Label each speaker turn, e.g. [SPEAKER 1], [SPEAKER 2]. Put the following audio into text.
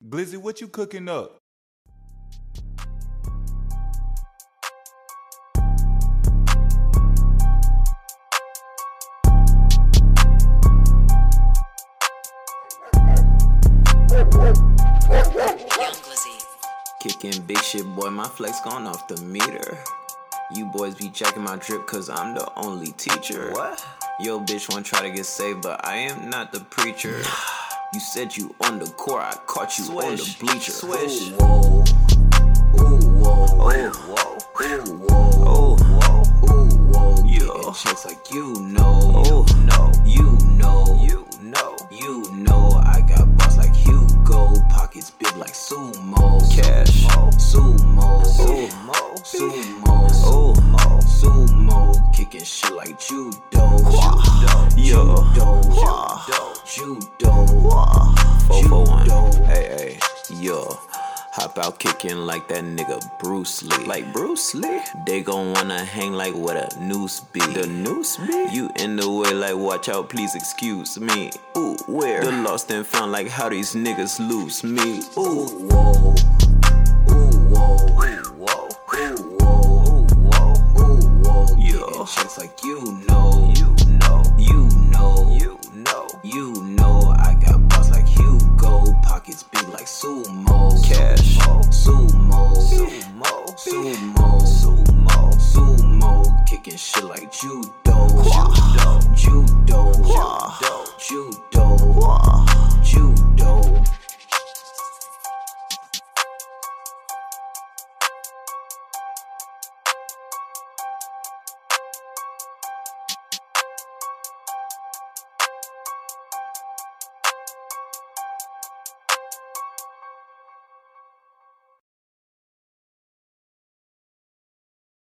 [SPEAKER 1] Blizzy, what you cooking up?
[SPEAKER 2] Young Glizzy.
[SPEAKER 3] Kicking big shit, boy, my flex gone off the meter. You boys be jacking my drip, cause I'm the only teacher. What? Yo, bitch, wanna try to get saved, but I am not the preacher. You said you on the court, I caught you on the
[SPEAKER 4] Swish,
[SPEAKER 3] bleacher.
[SPEAKER 4] swish.
[SPEAKER 3] Ooh, whoa. Ooh, whoa. Ooh, whoa. Ooh, whoa. Ooh, whoa. Ooh, whoa. Getting checks like you know. You know. You know. You know. You know. I got boss like Hugo. Pockets big like sumo. Cash. Oh. Sumo. Sumo. Sumo. Sumo. Sumo. Kicking shit like judo. Judo. Judo. Judo. Judo. 441. Hey, hey. Yo. Hop out kicking like that nigga Bruce Lee. Like Bruce Lee? They gon' wanna hang like what a noose be. The noose be? You in the way like watch out, please excuse me. Ooh, where? The lost and found like how these niggas lose me. Ooh, whoa. Ooh, whoa. Ooh, whoa. Ooh, whoa. Ooh, whoa. Yeah. Checks like you know. You know. You know. You know. You know. I got bars like Hugo. Pockets big like sumo. Cash. Sumo. Sumo. Sumo. Sumo. Sumo. Kicking shit like judo.